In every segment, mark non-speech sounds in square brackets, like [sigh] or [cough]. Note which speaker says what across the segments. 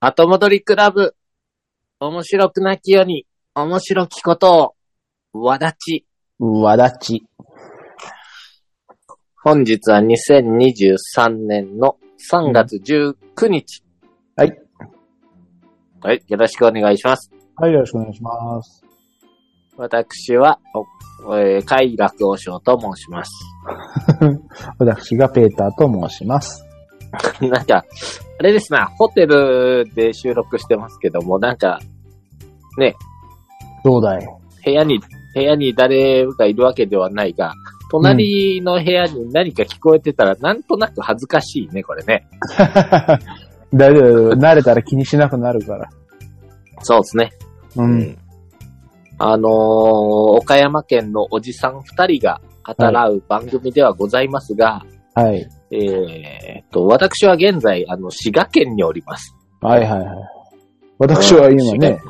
Speaker 1: 後戻りクラブ。面白くなきように、面白きことを、わだち。
Speaker 2: わだち。
Speaker 1: 本日は2023年の3月19日。
Speaker 2: はい。
Speaker 1: はい、よろしくお願いします。
Speaker 2: はい、よろしくお願いします。
Speaker 1: 私は、おえー、快楽王将と申します。
Speaker 2: 私がペーターと申します。
Speaker 1: なんか、あれですな、ホテルで収録してますけども、なんか、
Speaker 2: どうだい
Speaker 1: 部屋に、部屋に誰がいるわけではないが、隣の部屋に何か聞こえてたら、なんとなく恥ずかしいね、これね。
Speaker 2: 大丈夫、慣れたら気にしなくなるから。
Speaker 1: そうですね。
Speaker 2: う。。
Speaker 1: うんあのー岡山県のおじさん二人が語らう番組ではございますが、
Speaker 2: はい。
Speaker 1: えー、と、私は現在、あの、滋賀県におります。
Speaker 2: はいはいはい。私は今ね、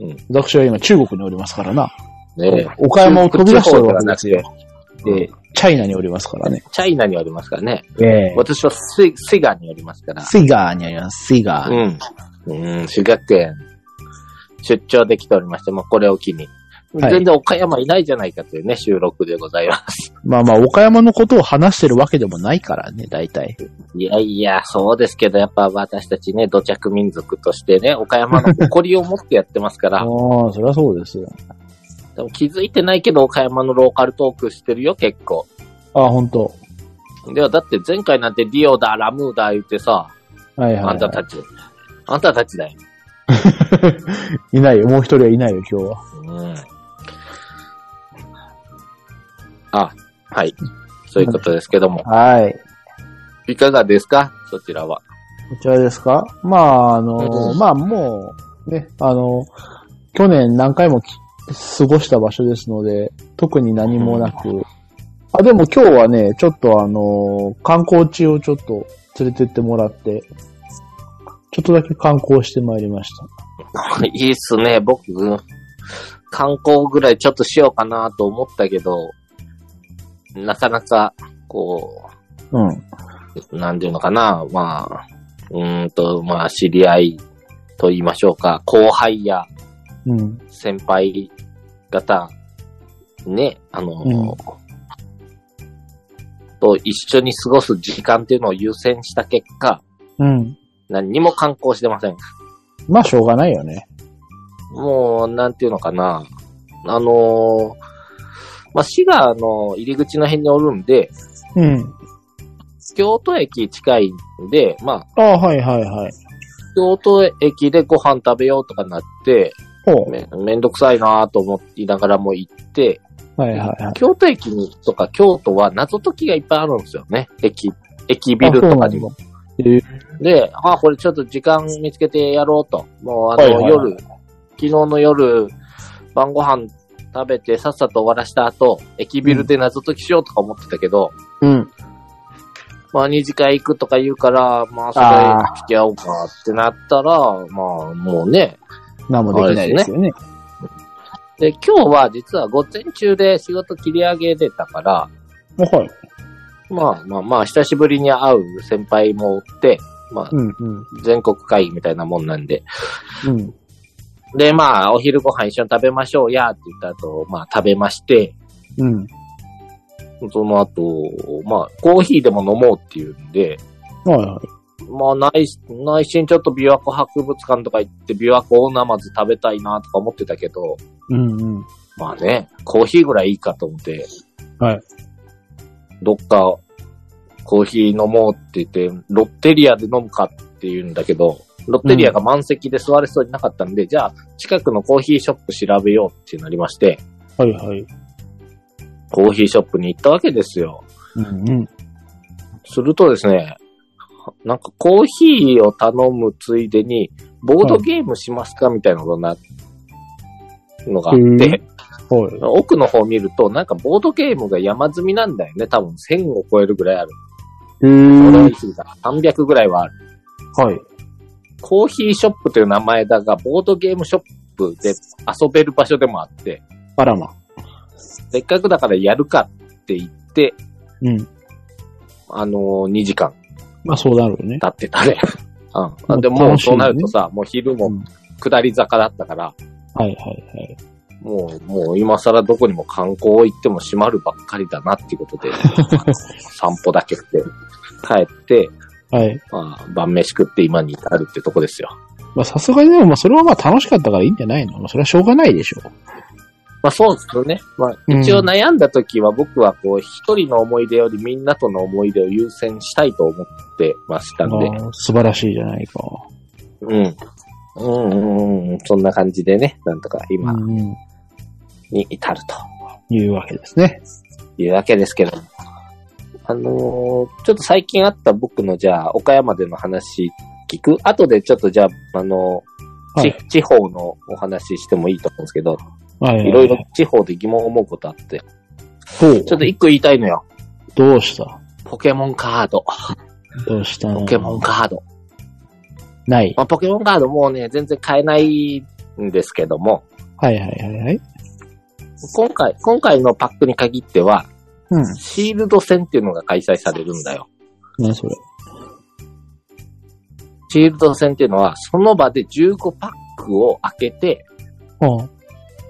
Speaker 1: うん
Speaker 2: 私は今中国におりますからな。
Speaker 1: ね
Speaker 2: 岡山を飛び出しておるわけ
Speaker 1: 中
Speaker 2: で
Speaker 1: 国
Speaker 2: す
Speaker 1: 地方で
Speaker 2: よ
Speaker 1: は。
Speaker 2: で、チャイナにおりますからね。
Speaker 1: チャイナにおりますからね。
Speaker 2: ええ
Speaker 1: 私はスイ、スイガーにおりますから。
Speaker 2: スイガーにあります、スイガー。
Speaker 1: うん。うん、滋賀県、出張できておりまして、まあ、これを機に。
Speaker 2: はい
Speaker 1: 全然岡山いないじゃないかというね、収録でござ
Speaker 2: [laughs]
Speaker 1: います。
Speaker 2: まあまあ、岡山のことを話してるわけでもないからね、大体。
Speaker 1: いやいや、そうですけど、やっぱ私たちね、土着民族としてね、岡山の誇りを持ってやってますから、
Speaker 2: ああ、そりゃ [laughs] そうですよ。
Speaker 1: でも気づいてないけど、岡山のローカルトークしてるよ、結構。
Speaker 2: ああ、ほんと。
Speaker 1: では、だって前回なんてディオだ、ラムーだ言ってさ、
Speaker 2: はいはい、は
Speaker 1: あ
Speaker 2: い。
Speaker 1: んたたち、あんたたちだよ。
Speaker 2: いないよ、もう一人はいないよ、今日は。
Speaker 1: うん。あ、はい。そういうことですけども。
Speaker 2: はい。
Speaker 1: いかがですかそちらは。
Speaker 2: こちらですかまあ、あの、
Speaker 1: うん
Speaker 2: まあもう、ね、あの、去年何回もき過ごした場所ですので、特に何もなく。あ、でも今日はね、ちょっとあの、観光地をちょっと連れてってもらって、ちょっとだけ観光してまいりまし
Speaker 1: [laughs]
Speaker 2: た。
Speaker 1: いいっすね。僕、観光ぐらいちょっとしようかなと思ったけど、なかなか、こ
Speaker 2: うん。
Speaker 1: う、なんていうのかな。まあ、うーんと、まあ、知り合いと言いましょうか。後輩や
Speaker 2: うん。
Speaker 1: 先輩方、ね、あの、
Speaker 2: うん
Speaker 1: と一緒に過ごす時間っていうのを優先した結果、
Speaker 2: うん。
Speaker 1: 何にも観光してません。
Speaker 2: まあ、しょうがないよね。
Speaker 1: もう、なんていうのかな。あのーまあ、滋賀の入り口の辺におるんで、
Speaker 2: うん。
Speaker 1: 京都駅近いんで、まあ、
Speaker 2: ああ、はいはいはい。
Speaker 1: 京都駅でご飯食べようとかなって、
Speaker 2: ほう。
Speaker 1: めめんどくさいなと思いながらも行って、
Speaker 2: はいはいはい。
Speaker 1: 京都駅にとか京都は謎解きがいっぱいあるんですよね。駅、駅ビルとかにも。
Speaker 2: えー
Speaker 1: で、あ、これちょっと時間見つけてやろうと。もうあの、
Speaker 2: はいはいはい
Speaker 1: 夜、昨日の夜、晩ご飯食べてさっさと終わらした後、駅ビルで謎解きしようとか思ってたけど、
Speaker 2: うん。
Speaker 1: まあ二次会行くとか言うから、まあそ
Speaker 2: あ
Speaker 1: れ付き合おうかってなったら、まあもうね。
Speaker 2: 何もできないですよね。
Speaker 1: で、今日は実は午前中で仕事切り上げてたから、
Speaker 2: はい。
Speaker 1: まあまあまあ久しぶりに会う先輩もおって、まあ
Speaker 2: うんうん。
Speaker 1: 全国会議みたいなもんなんで、
Speaker 2: うん。
Speaker 1: で、まあ、お昼ご飯一緒に食べましょうや、って言った後、まあ、食べまして、
Speaker 2: うん。
Speaker 1: その後、まあ、コーヒーでも飲もうっていうんで、
Speaker 2: はいはい。
Speaker 1: まあ、内内心ちょっと琵琶湖博物館とか行って、琵琶湖をまず食べたいなとか思ってたけど、
Speaker 2: うんうん。
Speaker 1: まあね、コーヒーぐらいいいかと思って、
Speaker 2: はい。
Speaker 1: どっか、コーヒー飲もうって言って、ロッテリアで飲むかって言うんだけど、ロッテリアが満席で座れそうになかったんで、じゃあ、近くのコーヒーショップ調べようってなりまして、
Speaker 2: はいはい。
Speaker 1: コーヒーショップに行ったわけですよ。
Speaker 2: うんうん。
Speaker 1: するとですね、なんかコーヒーを頼むついでに、ボードゲームしますかみたいなのがなのがあって、
Speaker 2: はい。
Speaker 1: 奥の方見ると、なんかボードゲームが山積みなんだよね。多分1000を超えるぐらいある。
Speaker 2: え
Speaker 1: これは言
Speaker 2: ー
Speaker 1: い、過ぎた。300ぐらいはある。
Speaker 2: はい。
Speaker 1: コーヒーショップという名前だが、ボードゲームショップで遊べる場所でもあって、
Speaker 2: あらま。
Speaker 1: せっかくだからやるかって言って、
Speaker 2: うん。
Speaker 1: あのー2時間
Speaker 2: まあそうだろうね。
Speaker 1: 経ってたね。うん
Speaker 2: もう
Speaker 1: でももう
Speaker 2: 楽しい
Speaker 1: そ
Speaker 2: ね
Speaker 1: うなるとさ、もう昼
Speaker 2: う
Speaker 1: も
Speaker 2: ん
Speaker 1: 下り坂だったから、
Speaker 2: はいはいはい。
Speaker 1: もう、もう今更どこにも観光行っても閉まるばっかりだなっていうこと
Speaker 2: [laughs]
Speaker 1: で、散歩だけして、帰って、
Speaker 2: はい。
Speaker 1: まあ、晩飯食って今に至るってとこですよ。
Speaker 2: まあさすがにでも、まあそれはまあ楽しかったからいいんじゃないのまあそれはしょうがないでしょ。
Speaker 1: まあそうですよね。まあ
Speaker 2: うん
Speaker 1: 一応悩んだ時は僕はこう一人の思い出よりみんなとの思い出を優先したいと思ってましたんで。
Speaker 2: あー素晴らしいじゃないか。
Speaker 1: うん。うんうんうん、そんな感じでね、なんとか今
Speaker 2: うんうん。
Speaker 1: に至ると
Speaker 2: いうわけですね。
Speaker 1: いうわけですけども。あのーちょっと最近あった僕のじゃあ、岡山での話聞く後でちょっとじゃあ、あのー
Speaker 2: はい。
Speaker 1: ち地方のお話してもいいと思うんですけど、
Speaker 2: はい
Speaker 1: ろいろ地方で疑問を思うことあって、
Speaker 2: と、
Speaker 1: ちょっと一個言いたいのよ。
Speaker 2: どうした
Speaker 1: ポケモンカード。
Speaker 2: どうしたの
Speaker 1: ポケモンカード。
Speaker 2: ない。
Speaker 1: まあ、ポケモンカードもうね、全然買えないんですけども、
Speaker 2: はいはいはいはい。
Speaker 1: 今回、今回のパックに限っては、
Speaker 2: うん。
Speaker 1: シールド戦っていうのが開催されるんだよ。
Speaker 2: 何それ。
Speaker 1: シールド戦っていうのは、その場で15パックを開けて、
Speaker 2: ああ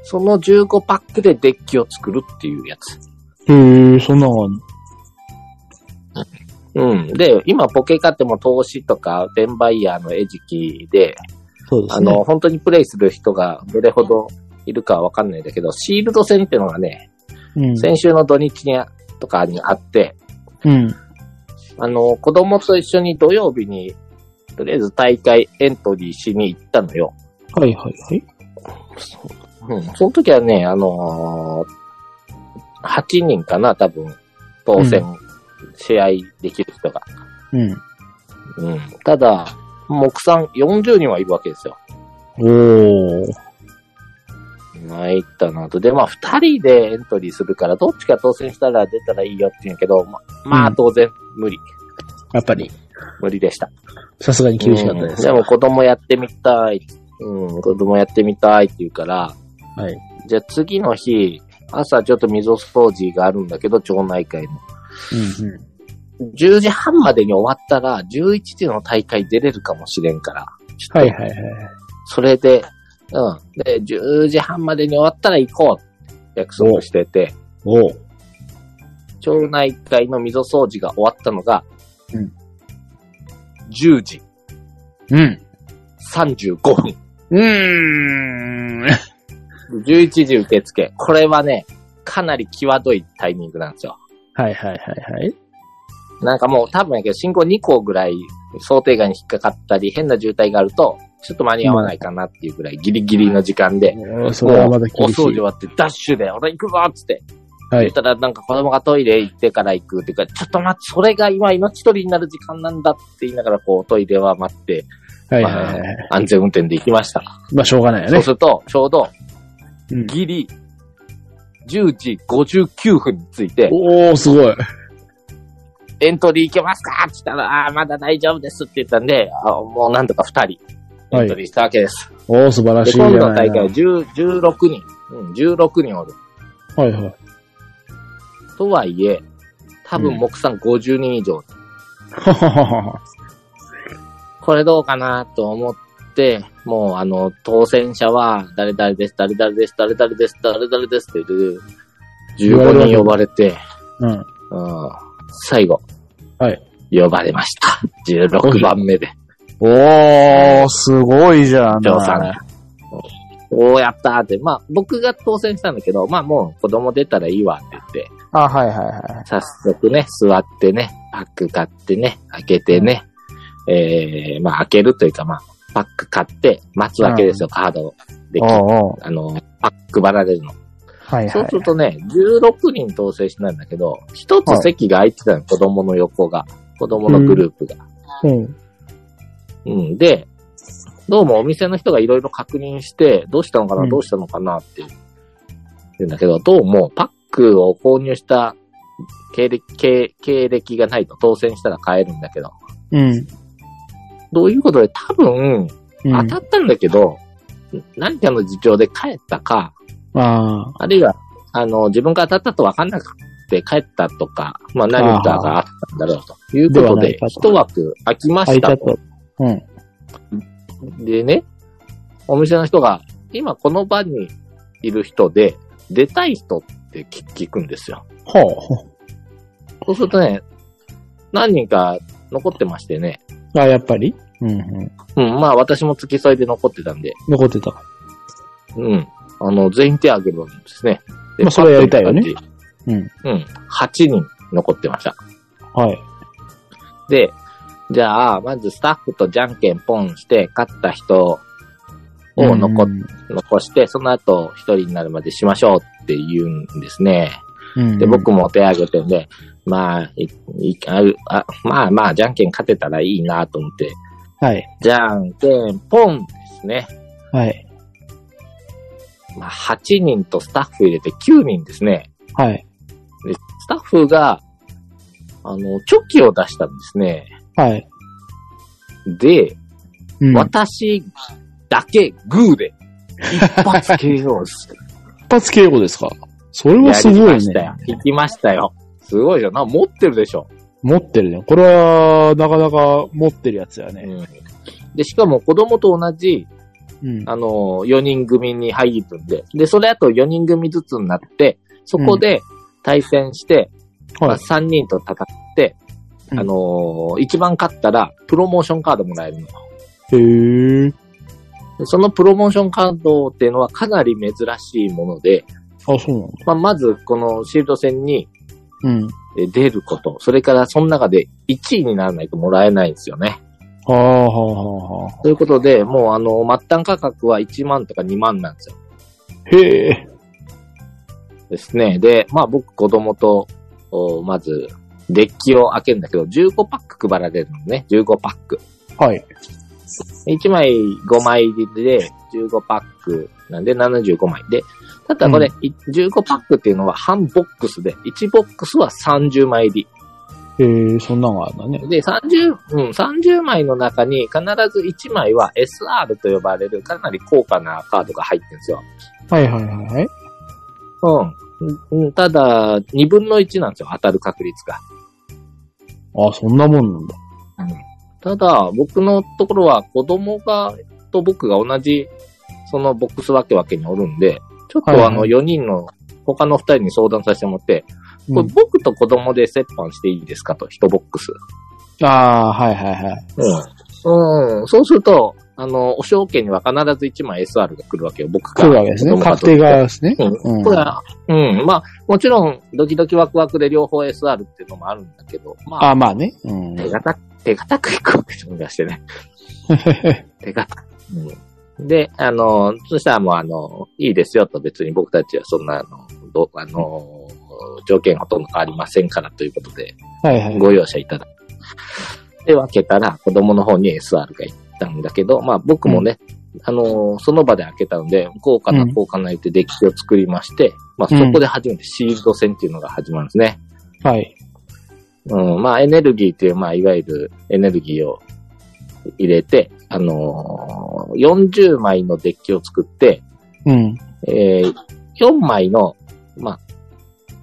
Speaker 1: その15パックでデッキを作るっていうやつ。
Speaker 2: へえ、そんなのがあんの
Speaker 1: うん。で、今ポケカっても投資とか、転売ヤーの餌食で、
Speaker 2: そうで
Speaker 1: あ
Speaker 2: すね。
Speaker 1: の、本当にプレイする人がどれほどいるかはわかんないんだけど、シールド戦っていうのがね、
Speaker 2: うん。
Speaker 1: 先週の土日にあとかにあって、
Speaker 2: うん。
Speaker 1: あの、子供と一緒に土曜日に、とりあえず大会エントリーしに行ったのよ。
Speaker 2: はいはいはい。
Speaker 1: うん。その時はね、あのー8人かな、多分、当選、試合できる人が。
Speaker 2: うん。
Speaker 1: うん。ただ、目算40人はいるわけですよ。
Speaker 2: おー。
Speaker 1: 参ったなと。で、まあ、2人でエントリーするから、どっちか当選したら出たらいいよって言うんやけど、まま
Speaker 2: う
Speaker 1: あ、
Speaker 2: ん
Speaker 1: 当然、無理。
Speaker 2: やっぱり、
Speaker 1: 無理でした。
Speaker 2: さすがに厳しかったです。
Speaker 1: うんでも子供やってみたい。うん、子供やってみたいって言うから、
Speaker 2: はい。
Speaker 1: じゃあ次の日、朝ちょっと溝掃除があるんだけど、町内会の。
Speaker 2: うんうん。
Speaker 1: 10時半までに終わったら、11時の大会出れるかもしれんから。ちょっ
Speaker 2: はい
Speaker 1: と
Speaker 2: はいはい。
Speaker 1: それで、うん。で、10時半までに終わったら行こうって約束してて、
Speaker 2: おー。
Speaker 1: 町内会の溝掃除が終わったのが、
Speaker 2: うん
Speaker 1: 10時
Speaker 2: うん。
Speaker 1: 35分。
Speaker 2: うーん。
Speaker 1: 11時受付。これはね、かなり際どいタイミングなんですよ。
Speaker 2: はいはいはいはい。
Speaker 1: なんかもう多分やけど、信号2個ぐらい想定外に引っかかったり、変な渋滞があると、ちょっと間に合わないかなっていうぐらいギリギリの時間で、
Speaker 2: おーそれはまだ
Speaker 1: お
Speaker 2: 厳し
Speaker 1: 掃除
Speaker 2: い。
Speaker 1: 終わってダッシュで、俺行くぞっつって。
Speaker 2: は
Speaker 1: 言っ
Speaker 2: い。
Speaker 1: たらなんか子供がトイレ行ってから行くっていうか、ちょっと待って、それが今命取りになる時間なんだって言いながら、こうトイレは待って、
Speaker 2: はいはいはいはい。
Speaker 1: 安全運転で行きました。
Speaker 2: まあ、しょうがないよ
Speaker 1: そう
Speaker 2: ね
Speaker 1: す。ると、ちょうど
Speaker 2: うん
Speaker 1: ギリ、10時59分について、
Speaker 2: おー、すごい。
Speaker 1: エントリー行けますかって言ったら、あーまだ大丈夫ですって言ったんで、あーもうなんとか2人。エ
Speaker 2: は
Speaker 1: ント
Speaker 2: い。
Speaker 1: リーしたわけです。
Speaker 2: おー、素晴ら
Speaker 1: で、
Speaker 2: しいじゃ
Speaker 1: 今
Speaker 2: ない
Speaker 1: 度
Speaker 2: の
Speaker 1: の大会は10 16人。うん、16人おる。
Speaker 2: はいはい。
Speaker 1: とはいえ、多分、目算50人以上。
Speaker 2: はははは。
Speaker 1: これどうかなと思って、もう、あの、当選者は、誰々です、誰々です、誰々です、誰々ですって言って、15人呼ばれて、
Speaker 2: [laughs] うん。
Speaker 1: うん、最後。
Speaker 2: はい。
Speaker 1: 呼ばれました。16番目で。
Speaker 2: おー、すごいじゃん。
Speaker 1: 長さんが。おー、やったーって。まあ、僕が当選したんだけど、まあもう子供出たらいいわって言って、
Speaker 2: あ、はいはいは
Speaker 1: 早速ね、座ってね、パック買ってね、開けてね、えー、まあ開けるというか、まあ、パック買って、待つわけですよ、カードを。で
Speaker 2: い。、おーおー
Speaker 1: あの、パック配られるの。
Speaker 2: はいはい。
Speaker 1: そうするとね、16人当選したんだけど、一つ席が空いてたの、子供の横が。子供のグループが。
Speaker 2: うん。
Speaker 1: うん。で、どうもお店の人がいろいろ確認して、どうしたのかな、
Speaker 2: うん
Speaker 1: どうしたのかなって言うんだけど、どうもパックを購入した経歴、経経歴がないと当選したら買えるんだけど、
Speaker 2: うん。
Speaker 1: どういうことで多分
Speaker 2: う
Speaker 1: 当
Speaker 2: ん。
Speaker 1: たったんだけど、何かの事情で帰ったか、
Speaker 2: あ
Speaker 1: あるいは、あの、自分が当たったと分かんなくて帰ったとか、まあ何かがあったんだろうというこ
Speaker 2: では
Speaker 1: と
Speaker 2: な
Speaker 1: で
Speaker 2: いか、と
Speaker 1: 一枠空きま
Speaker 2: あ、開
Speaker 1: し
Speaker 2: いちゃ
Speaker 1: た
Speaker 2: った
Speaker 1: と。。
Speaker 2: うん。
Speaker 1: でね、お店の人が、今この場にいる人で、出たい人って聞聞くんですよ。
Speaker 2: はあ
Speaker 1: そうするとね、何人か残ってましてね。
Speaker 2: あ、やっぱりうんうん。
Speaker 1: うん、まあ私も付き添いで残ってたんで、
Speaker 2: 残ってた。
Speaker 1: うん。あの、全員手挙げるんですね。で
Speaker 2: まあそれやりたいよね。
Speaker 1: パッと見た感じうん。8人残ってました。
Speaker 2: はい。
Speaker 1: で、じゃあ、まずスタッフとじゃんけんポンして、勝った人を残,、
Speaker 2: うん
Speaker 1: 残して、その後一人になるまでしましょうって言うんですね。
Speaker 2: うん
Speaker 1: で、僕も手挙げてんで、まあ、いいああまあまあ、じゃんけん勝てたらいいなと思って、
Speaker 2: はい。
Speaker 1: じゃんけんポンですね。
Speaker 2: はい。
Speaker 1: まあ、8人とスタッフ入れて9人ですね。
Speaker 2: はい。
Speaker 1: で、スタッフが、あの、チョキを出したんですね。
Speaker 2: はい。
Speaker 1: で、
Speaker 2: うん。一
Speaker 1: 私だけグーで一発 KO す
Speaker 2: 発敬語ですかそれ
Speaker 1: る。
Speaker 2: は [laughs] すご
Speaker 1: やりま
Speaker 2: い
Speaker 1: した
Speaker 2: ね
Speaker 1: よ。。引きましたよ。すごいよな。持ってるでしょ。
Speaker 2: 持ってるね。これは、なかなか持ってるやつや
Speaker 1: う
Speaker 2: ね。
Speaker 1: ん。で、しかも子供と同じ、
Speaker 2: うん。
Speaker 1: あの、4人組に入るんで、で、それあと4人組ずつになって、そこで対戦して、ま
Speaker 2: は
Speaker 1: あ、
Speaker 2: い。
Speaker 1: 3人と戦って、
Speaker 2: うん
Speaker 1: あのー一番勝ったら、プロモーションカードもらえるの。
Speaker 2: へー。
Speaker 1: でそのプロモーションカードっていうのはかなり珍しいもので、
Speaker 2: あ、そうなんだ。
Speaker 1: まあ、まず、このシールド戦に
Speaker 2: うん。
Speaker 1: えー出ること、それからその中で1位にならないともらえないんですよね。
Speaker 2: はあ、はあ、はあ、はあ。
Speaker 1: ということで、もうあの、末端価格は1万とか2万なんですよ。
Speaker 2: へえ。
Speaker 1: ですね。で、まあ僕子供と、おまず、デッキを開けるんだけど、15パック配られるのね。15パック。
Speaker 2: はい。
Speaker 1: 1枚5枚入りで、15パックなんで75枚。で、ただこれ、い15パックっていうのは半ボックスで、1ボックスは30枚入り。
Speaker 2: へえ、そんなんがあるんだね。
Speaker 1: で、30、うん、30枚の中に必ず1枚は SR と呼ばれるかなり高価なカードが入ってるんですよ。
Speaker 2: はいはいはいはい。
Speaker 1: うんうん。ただ、2分の1なんですよ、当たる確率が。
Speaker 2: あ、そんなもんなんだ。
Speaker 1: ただ、僕のところは子供が、と僕が同じ、そのボックス分け分けにおるんで、ちょっ
Speaker 2: はい
Speaker 1: と
Speaker 2: は
Speaker 1: あ
Speaker 2: い
Speaker 1: の4人の他の2人に相談させてもらって、こ
Speaker 2: う
Speaker 1: れ
Speaker 2: ん
Speaker 1: 僕と子供で折半していいですかと、1ボックス。
Speaker 2: ああ、はいはいはい。
Speaker 1: うん。うん。そうすると、あの、お証券には必ず1枚 SR が来るわけよ、僕から。
Speaker 2: 来るわけですね。確定がですね。
Speaker 1: うん。
Speaker 2: うん
Speaker 1: これは、うん。まあ、もちろん、ドキドキワクワクで両方 SR っていうのもあるんだけど、まあ、
Speaker 2: あまあね。うん。
Speaker 1: 手堅く、手堅くいくわけじゃして
Speaker 2: [laughs]
Speaker 1: ね。手堅く。うん。で、あの、そしたらもう、あの、いいですよと、別に僕たちはそんな、あの、どあの、条件ほとんど変わりませんからということで、
Speaker 2: はいはい。
Speaker 1: ご容赦いただく。で、分けたら、子供の方に SR が行ったんだけど、まあ僕もね、あのーその場で開けたので、豪華な
Speaker 2: うん
Speaker 1: 豪華な言ってデッキを作りまして、まあそこで初めてシールド戦っていうのが始まるんですね。
Speaker 2: はい。
Speaker 1: うん、まあエネルギーという、まあいわゆるエネルギーを入れて、あのー40枚のデッキを作って、
Speaker 2: うん。
Speaker 1: えー4枚の、まあ、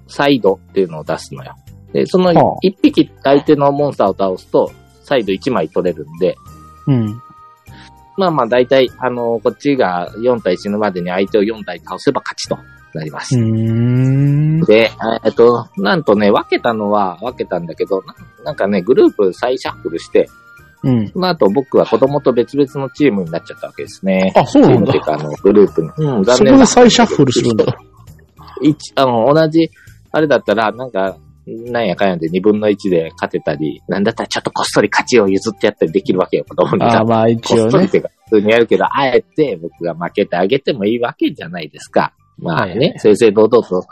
Speaker 1: サイドっていうのを出すのよ。で、その
Speaker 2: はあ
Speaker 1: 1匹相手のモンスターを倒すと、サイド1枚取れるんで、
Speaker 2: うん。
Speaker 1: まあまあ大体、あのこっちが4体死ぬまでに相手を4体倒せば勝ちとなりま
Speaker 2: う
Speaker 1: す。
Speaker 2: ーん。
Speaker 1: で、えっと、なんとね、分けたのは分けたんだけど、ななんかね、グループ再シャッフルして、
Speaker 2: うん。
Speaker 1: その後僕は子供と別々のチームになっちゃったわけですね。
Speaker 2: あ、そう
Speaker 1: チ
Speaker 2: な
Speaker 1: ー
Speaker 2: ん
Speaker 1: ムっ
Speaker 2: だ
Speaker 1: てい。うか、あの、グループに。うん、
Speaker 2: そ
Speaker 1: 残
Speaker 2: こ
Speaker 1: 念な
Speaker 2: で再シャッフルするんだ。
Speaker 1: 一、あの、同じ、あれだったら、なんか、なんやかんやで2分の1で勝てたり、なんだったらちょっとこっそり勝ちを譲ってやったりできるわけよ、子供に
Speaker 2: あ
Speaker 1: さ。
Speaker 2: ーまあ
Speaker 1: こ
Speaker 2: 一応
Speaker 1: っそりっ
Speaker 2: ね。
Speaker 1: ていうか、普通にやるけど、あえて僕が負けてあげてもいいわけじゃないですか。まあ
Speaker 2: はいは
Speaker 1: ね、正々堂々と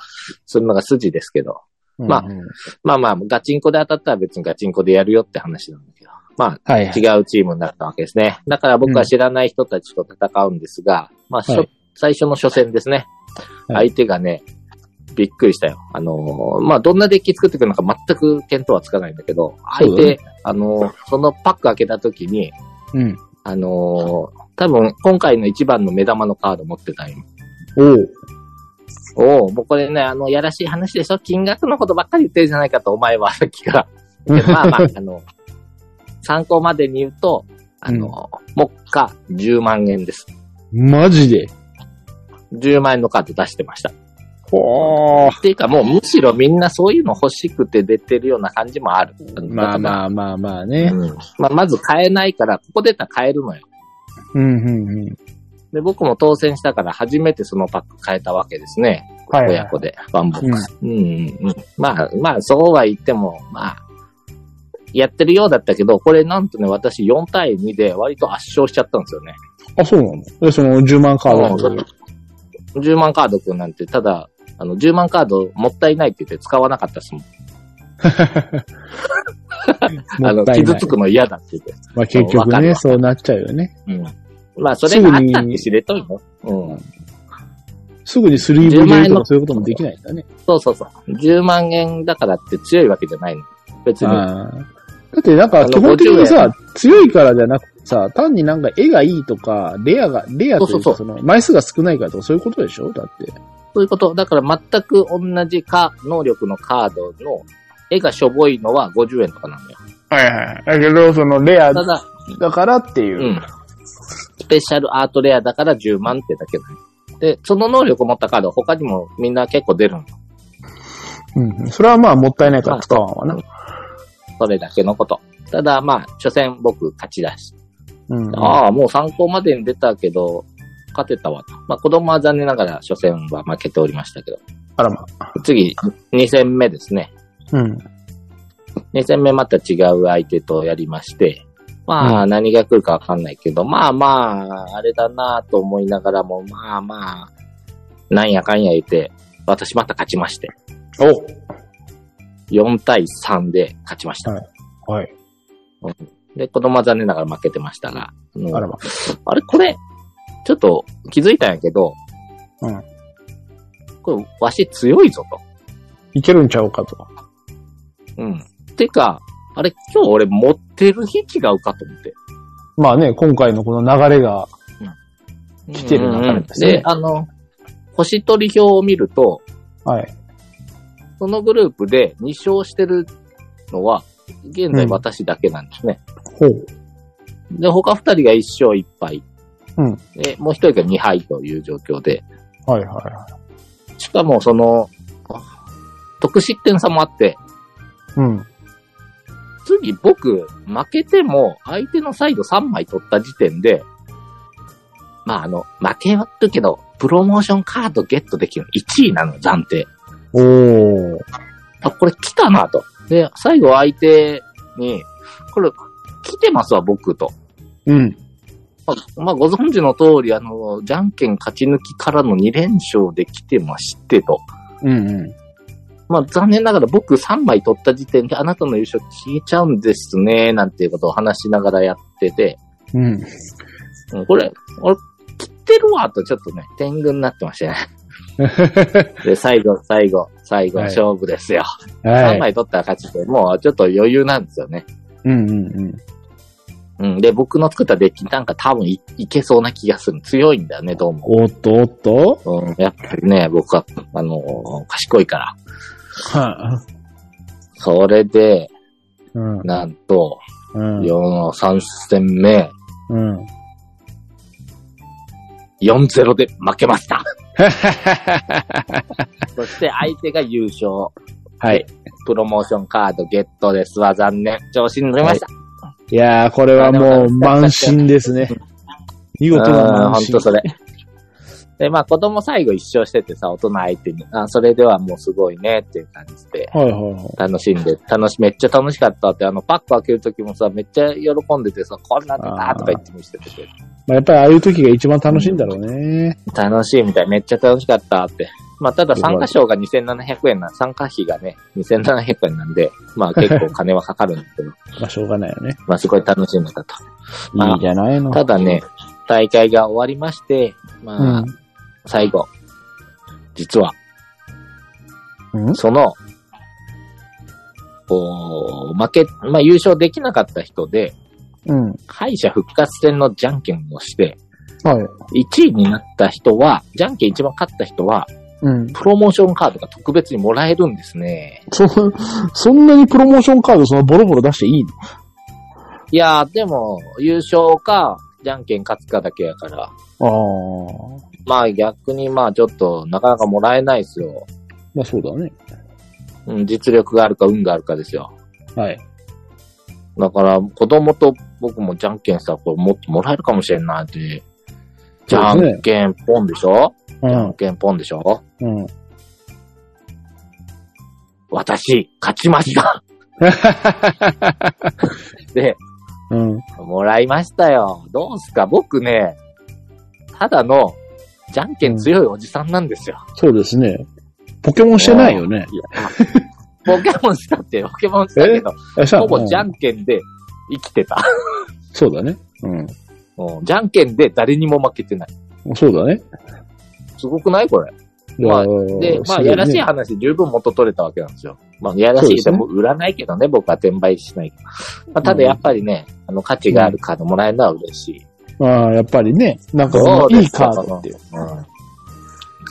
Speaker 1: するのが筋ですけど。まあ
Speaker 2: うんうん
Speaker 1: まあまあ、ガチンコで当たったら別にガチンコでやるよって話なんだけど。まあ、
Speaker 2: はいはい。
Speaker 1: 違うチームになったわけですね。だから僕は知らない人たちと戦うんですが、まあ、しょ
Speaker 2: はい
Speaker 1: 最初の初戦ですね。
Speaker 2: はい
Speaker 1: 相手がね、びっくりしたよ。あのーまあ、どんなデッキ作ってくるのか全く見当はつかないんだけど、
Speaker 2: そ
Speaker 1: 相
Speaker 2: うだ
Speaker 1: 手、
Speaker 2: ね
Speaker 1: あのーそのパック開けた時に、
Speaker 2: うん。
Speaker 1: あのー多分今回の一番の目玉のカード持ってたんよ。
Speaker 2: おう。
Speaker 1: おお、もうこれね、あの、やらしい話でしょ金額のことばっかり言ってるじゃないかと、お前は、
Speaker 2: [laughs]
Speaker 1: さっきから。でまあまあ、あの、参考までに言うと、あの、目下10万円です。
Speaker 2: マジで。
Speaker 1: 10万円のカード出してました。
Speaker 2: ほー。
Speaker 1: っていうかもうむしろみんなそういうの欲しくて出てるような感じもある。
Speaker 2: まあ
Speaker 1: あ。
Speaker 2: まあまあまあね。
Speaker 1: うんまあ、まず買えないから、ここ出たら買えるのよ。
Speaker 2: うんうんうん。
Speaker 1: で、僕も当選したから初めてそのパック変えたわけですね。
Speaker 2: はいはい
Speaker 1: 親子で、ワンボックス。うん、うん、うん。まあ、まあ、そうは言っても、まあ、やってるようだったけど、これなんとね、私4対2で割と圧勝しちゃったんですよね。
Speaker 2: あ、そうなので、その10万カード。
Speaker 1: 10万カードくんなんて、ただ、あの、10万カードもったいないって言って使わなかったですもん。あ
Speaker 2: も
Speaker 1: の、
Speaker 2: ったいな
Speaker 1: 傷
Speaker 2: い
Speaker 1: つ。くの嫌だって言って。
Speaker 2: まあ結
Speaker 1: わ
Speaker 2: 局
Speaker 1: かる
Speaker 2: ね、
Speaker 1: わ
Speaker 2: そうなっちゃうよね。
Speaker 1: うん。まあ、それがあったって知れとるの。うん。
Speaker 2: すぐに 3V
Speaker 1: 10万
Speaker 2: 入
Speaker 1: 円
Speaker 2: れ
Speaker 1: の
Speaker 2: とかそういうこともできないんだね。
Speaker 1: そうそうそう。10万円だからって強いわけじゃないの。別に。
Speaker 2: あーだってなんか基本的に
Speaker 1: あの
Speaker 2: さ、強いからじゃなくてさ、単になんか絵がいいとか、レアが、レアという
Speaker 1: そうそうそ
Speaker 2: かその枚数が少ないからとかそういうことでしょだって。
Speaker 1: そういうこと。だから全く同じか、能力のカードの絵がしょぼいのは50円とかなのよ。
Speaker 2: はいはい。だけど、そのレア
Speaker 1: ただ、
Speaker 2: だからっていう
Speaker 1: うん。スペシャルアートレアだから10万ってだけだね。で、その能力を持ったカード、他にもみんな結構出るの。
Speaker 2: うんうん。それはまあもったいないから使わんわな。
Speaker 1: それだけのこと。ただ、まあ、所詮僕勝ちだし。
Speaker 2: うん。
Speaker 1: ああ、もう参考までに出たけど、勝てたわと。まあ、子供は残念ながら初戦は負けておりましたけど。
Speaker 2: あらま。
Speaker 1: 次、2戦目ですね。
Speaker 2: うん。
Speaker 1: 2戦目また違う相手とやりまして、まあ何が来るかわかんないけど、まあまあ、あれだなと思いながらも、まあまあ、なんやかんや言って、私また勝ちまして、4対3で勝ちました。
Speaker 2: はいおはい。
Speaker 1: で、子供は残念ながら負けてましたが、あの
Speaker 2: あらま。
Speaker 1: あれこれ、ちょっと気づいたんやけど、
Speaker 2: うん
Speaker 1: これ、わし強いぞと。
Speaker 2: いけるんちゃうかと。
Speaker 1: うん。てか、あれ今日俺持ってる日違うかと思って。
Speaker 2: まあね、今回のこの流れが、
Speaker 1: 来
Speaker 2: てる流れですね
Speaker 1: で、あの、星取り表を見ると、
Speaker 2: はい。
Speaker 1: そのグループで2勝してるのは、現在私だけなんですね。
Speaker 2: ほう。
Speaker 1: で、他2人が1勝1敗。
Speaker 2: うん
Speaker 1: で、もう1人が2敗という状況で、
Speaker 2: はいはいは
Speaker 1: しかもその、得失点差もあって、
Speaker 2: い。うん。
Speaker 1: 次僕、負けても相手のサイド3枚取った時点で、まああの、負けはるけど、プロモーションカードゲットできる1位なの、暫定。
Speaker 2: おー。
Speaker 1: あ、これ来たなと。で、最後相手に、これ、来てますわ、僕と。
Speaker 2: うん。
Speaker 1: まあ、まあご存知の通り、あの、じゃんけん勝ち抜きからの2連勝で来てましてと。
Speaker 2: うんうん。
Speaker 1: まあ、残念ながら僕3枚取った時点であなたの優勝消えちゃうんですね、なんていうことを話しながらやってて、
Speaker 2: うん。
Speaker 1: うんこれ、俺、切ってるわとちょっとね、天狗になってま
Speaker 2: [laughs]
Speaker 1: したね。で、最後、最後、最後、
Speaker 2: はい
Speaker 1: 勝負ですよ。
Speaker 2: は
Speaker 1: 3
Speaker 2: い。
Speaker 1: 枚取ったら勝ちで、もうちょっと余裕なんですよね。
Speaker 2: うんうんうん。
Speaker 1: うん。で、僕の作ったデッキなんか多分いいけそうな気がする。強いんだよね、どうも。
Speaker 2: おっとおっと
Speaker 1: うん、やっぱりね、僕は、あのー賢いから。
Speaker 2: は
Speaker 1: それで、
Speaker 2: うん。
Speaker 1: なんと、
Speaker 2: うん。
Speaker 1: 4、3戦目、
Speaker 2: うん。 [laughs]
Speaker 1: 4-0で負けました。 [laughs] そして相手が優勝。
Speaker 2: はい。
Speaker 1: プロモーションカードゲットですわ、残念。調子に乗りました。
Speaker 2: いやー、これはもう満身ですね。見事な
Speaker 1: うん、
Speaker 2: 満
Speaker 1: ほん
Speaker 2: 身。
Speaker 1: とそれ。で、まあ子供最後一勝しててさ、大人相手に、あ、それではもうすごいねっていう感じで。
Speaker 2: はいはいはい。
Speaker 1: 楽しんで、楽し、めっちゃ楽しかったって、あの、パック開けるときもさ、めっちゃ喜んでてさ、こんなんでなとか言って見せてて、
Speaker 2: まあ、やっぱりああいう時が一番楽しいんだろうね。
Speaker 1: 楽しいみたい、めっちゃ楽しかったって。まあ、ただ参加賞が2700円な、参加費がね、2700円なんで、まあ結構金はかかるんだけど、
Speaker 2: まあ、しょうがないよね。
Speaker 1: まあすごい楽しんでたと。まあ
Speaker 2: いいじゃないの。
Speaker 1: ただね、大会が終わりまして、まあ、最後、実は、
Speaker 2: うん。うん
Speaker 1: その、こう、負け、まあ優勝できなかった人で、
Speaker 2: うん。
Speaker 1: 敗者復活戦のじゃんけんをして、
Speaker 2: はい。
Speaker 1: 1位になった人は、じゃんけん一番勝った人は、
Speaker 2: うん。
Speaker 1: プロモーションカードが特別にもらえるんですね。
Speaker 2: そ、そんなにプロモーションカードそのボロボロ出していいの
Speaker 1: いやー、でも、優勝か、じゃんけん勝つかだけやから。
Speaker 2: ああ。
Speaker 1: まあ逆にまあちょっとなかなかもらえないですよ。
Speaker 2: まあそうだね。
Speaker 1: うん、実力があるか運があるかですよ。
Speaker 2: はい。
Speaker 1: だから子供と僕もじゃんけんしたらこれもっともらえるかもしれんないって。じゃ
Speaker 2: そうですね
Speaker 1: んけんポンでしょ
Speaker 2: う
Speaker 1: じゃん
Speaker 2: ん。
Speaker 1: けんポンでしょ
Speaker 2: うん。
Speaker 1: 私、勝ちました [laughs] で、
Speaker 2: うん。
Speaker 1: もらいましたよ。どうすか僕ね、ただの、じゃんけん強いおじさんなんですよ。
Speaker 2: そうですね。ポケモンしてないよね。
Speaker 1: ポケモンしたって、ポケモンしたけど、
Speaker 2: え、さ
Speaker 1: ほぼじゃ
Speaker 2: うん
Speaker 1: けんで生きてた。
Speaker 2: そうだね。う
Speaker 1: うんじゃんけんで誰にも負けてない。
Speaker 2: ん。そうだね。
Speaker 1: すごくないこれ。まあで、まあ、やらしい話で十分元取れたわけなんですよ。まあ、やらしいでも売らないけどね、僕は転売しないけど。まあ、ただやっぱりね、あの、価値があるカードもらえるのは嬉しい。
Speaker 2: まあ、やっぱりね、なんか
Speaker 1: そうです
Speaker 2: いいカードっていう。
Speaker 1: うん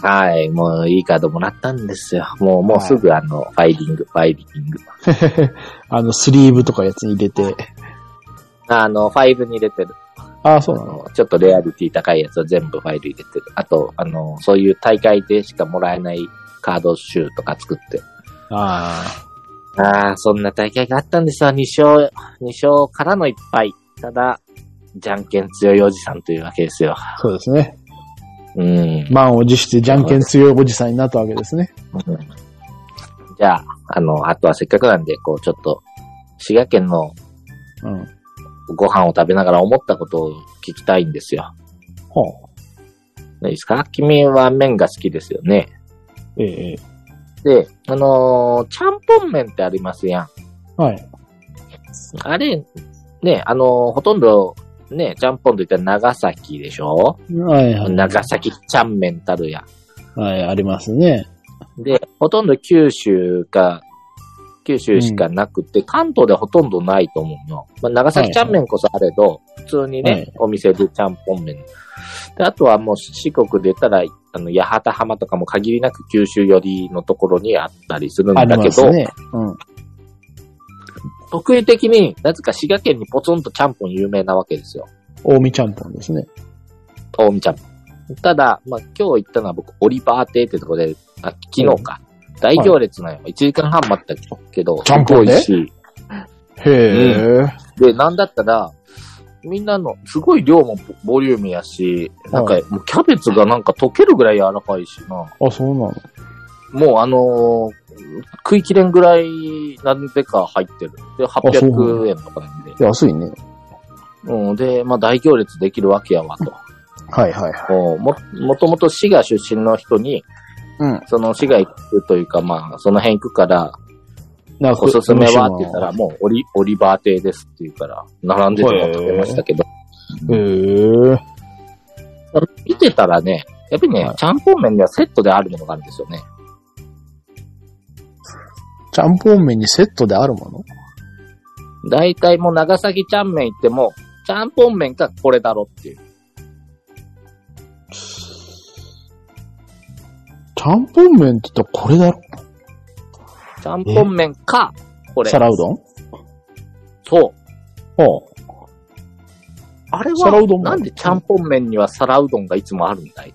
Speaker 1: はい、もういいカードもらったんですよ。もう、もうすぐあの、ファイリング、ファイリング。
Speaker 2: あの、スリーブとかやつに入れて。
Speaker 1: あの、ファイルに入れてる。
Speaker 2: ああ、そ
Speaker 1: あ
Speaker 2: うなの。
Speaker 1: の、ちょっとレアリティ高いやつを全部ファイル入れてる。あと、あの、そういう大会でしかもらえないカード集とか作って。
Speaker 2: あ
Speaker 1: ああ、そんな大会があったんですわ。2勝、2勝からの1敗。ただ、じゃんけん強いおじさんというわけですよ。
Speaker 2: あ、そうですね。
Speaker 1: うん。
Speaker 2: 満を持してじゃんけん強いおじさんになったわけですね。
Speaker 1: じゃあ、あの、あとはせっかくなんで、こう、ちょっと、滋賀県の
Speaker 2: うん。
Speaker 1: ご飯を食べながら思ったことを聞きたいんですよ。
Speaker 2: ほ
Speaker 1: いいですか君は麺が好きですよね。
Speaker 2: う。ええ。
Speaker 1: で、あのーちゃんぽん麺ってありますやん。
Speaker 2: はい。
Speaker 1: あれ、ね、あのーほとんど、ね、ちゃんぽんといったら長崎でしょ
Speaker 2: はいはい。
Speaker 1: 長崎ちゃん麺たるやん。
Speaker 2: はい、ありますね。
Speaker 1: で、ほとんど九州か、九州しかなくて、関東ではほとんどないと思うの。まあ、長崎ちゃんめんこそあれど、普通にね、
Speaker 2: はい
Speaker 1: お店でちゃんぽん麺。で、あとはもう四国で言ったら、あの、八幡浜とかも限りなく九州寄りのところにあったりするん
Speaker 2: あ
Speaker 1: だ
Speaker 2: り
Speaker 1: け
Speaker 2: ま
Speaker 1: ど、
Speaker 2: すね。うん。
Speaker 1: 得意的になぜか滋賀県にポツンとちゃんぽん有名なわけですよ。
Speaker 2: 近江ちゃんぽんですね。
Speaker 1: 大見ちゃんぽん。ただ、まあ、今日行ったのは僕、オリバー亭ってとこで、あ、昨日か。大行列なのよ。1時間半待ったけど、
Speaker 2: ちゃんぽん
Speaker 1: 美
Speaker 2: ね
Speaker 1: 味しい。
Speaker 2: へえ。
Speaker 1: で、なんだったら、みんなの、すごい量もボボリュームやし、なんか
Speaker 2: は、
Speaker 1: もうキャベツがなんか溶けるぐらい柔らかいしな。
Speaker 2: あ、そうなの。
Speaker 1: もうあのー食いきれんぐらい、なんでか入ってる。で、
Speaker 2: そう
Speaker 1: 800円とかなんで。
Speaker 2: 安いね。
Speaker 1: うん、で、まあ大行列できるわけやわと。
Speaker 2: はいはいはい。
Speaker 1: もうも、もともと滋賀出身の人に、
Speaker 2: うん。
Speaker 1: その滋賀行くというか、まあ、その辺行くから、
Speaker 2: なんか
Speaker 1: おすすめはって言ったら、、もうオリ、オリバー亭ですって言うから、並んでても食べましたけど。
Speaker 2: へえ。
Speaker 1: 見てたらね、やっぱりね
Speaker 2: は、い
Speaker 1: ちゃんぽん麺ではセットであるものがあるんですよね。
Speaker 2: ちゃんぽん麺にセットであるもの
Speaker 1: 大体もう長崎ちゃん麺行っても、ちゃんぽん麺かこれだろっていう。
Speaker 2: ちゃんぽん麺って言ったらこれだろ
Speaker 1: ちゃんぽん麺かこれ。
Speaker 2: 皿うどん
Speaker 1: そう。
Speaker 2: おう
Speaker 1: あれ
Speaker 2: 皿うど
Speaker 1: は、
Speaker 2: んも
Speaker 1: なんでちゃんぽん麺には皿うどんがいつもあるんだい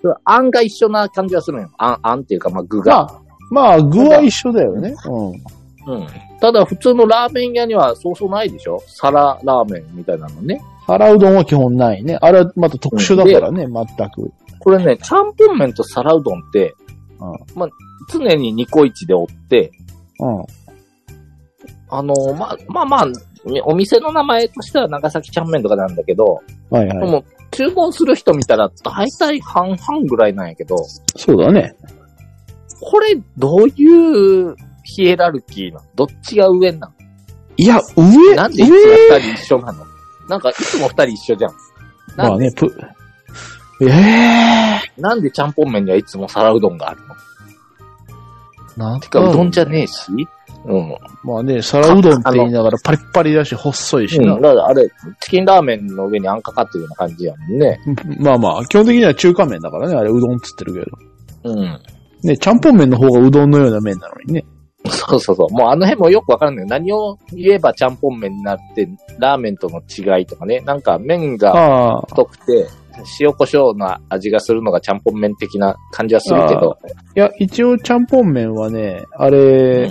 Speaker 1: それあんが一緒な感じがするのよ。あん、あんっていうか、まあ、具
Speaker 2: ま
Speaker 1: が。
Speaker 2: あ、まあ、具は一緒だよね。う
Speaker 1: うん。ただ、普通のラーメン屋にはそうそうないでしょ皿ラーメンみたいなのね。
Speaker 2: ん。皿うどんは基本ないね。あれはまた特殊だからね、全く。
Speaker 1: これ
Speaker 2: [laughs]
Speaker 1: ね、ちゃんぽん麺と皿うどんって、
Speaker 2: うん
Speaker 1: まあ、常にニコイチでおって、
Speaker 2: うん。
Speaker 1: あのーまあ、まあまあ、お店の名前としては長崎ちゃん麺とかなんだけど、
Speaker 2: はい
Speaker 1: で
Speaker 2: はい。
Speaker 1: も、注文する人見たら大体半々ぐらいなんやけど、
Speaker 2: そうだね。
Speaker 1: これどういうヒエラルキーなのどっちが上なの
Speaker 2: いや、上、
Speaker 1: なんでいつも
Speaker 2: 上
Speaker 1: 二人一緒なのなんかいつも二人一緒じゃん。
Speaker 2: ま
Speaker 1: な
Speaker 2: あ
Speaker 1: んで、
Speaker 2: ね、ぷ、ええ
Speaker 1: なんでちゃんぽん麺にはいつも皿うどんがあるの
Speaker 2: ー。なん
Speaker 1: てか、うどんじゃねえし。うん。
Speaker 2: まあね、皿うどんって言いながらパリッパリだし、細いしな
Speaker 1: うん、だからあれ、チキンラーメンの上にあんかかってるような感じやもんね。
Speaker 2: まあまあ、基本的には中華麺だからね、あれうどんっつってるけど。
Speaker 1: うん。
Speaker 2: ね、ちゃんぽん麺の方がうどんのような麺なのにね。
Speaker 1: そうそうそう。もうあの辺もよくわからない。何を言えばちゃんぽん麺になって、ラーメンとの違いとかね。なんか麺が
Speaker 2: ああ。
Speaker 1: 太くて、塩胡椒の味がするのがちゃんぽん麺的な感じはするけど。
Speaker 2: いや、一応ちゃんぽん麺はね、あれ、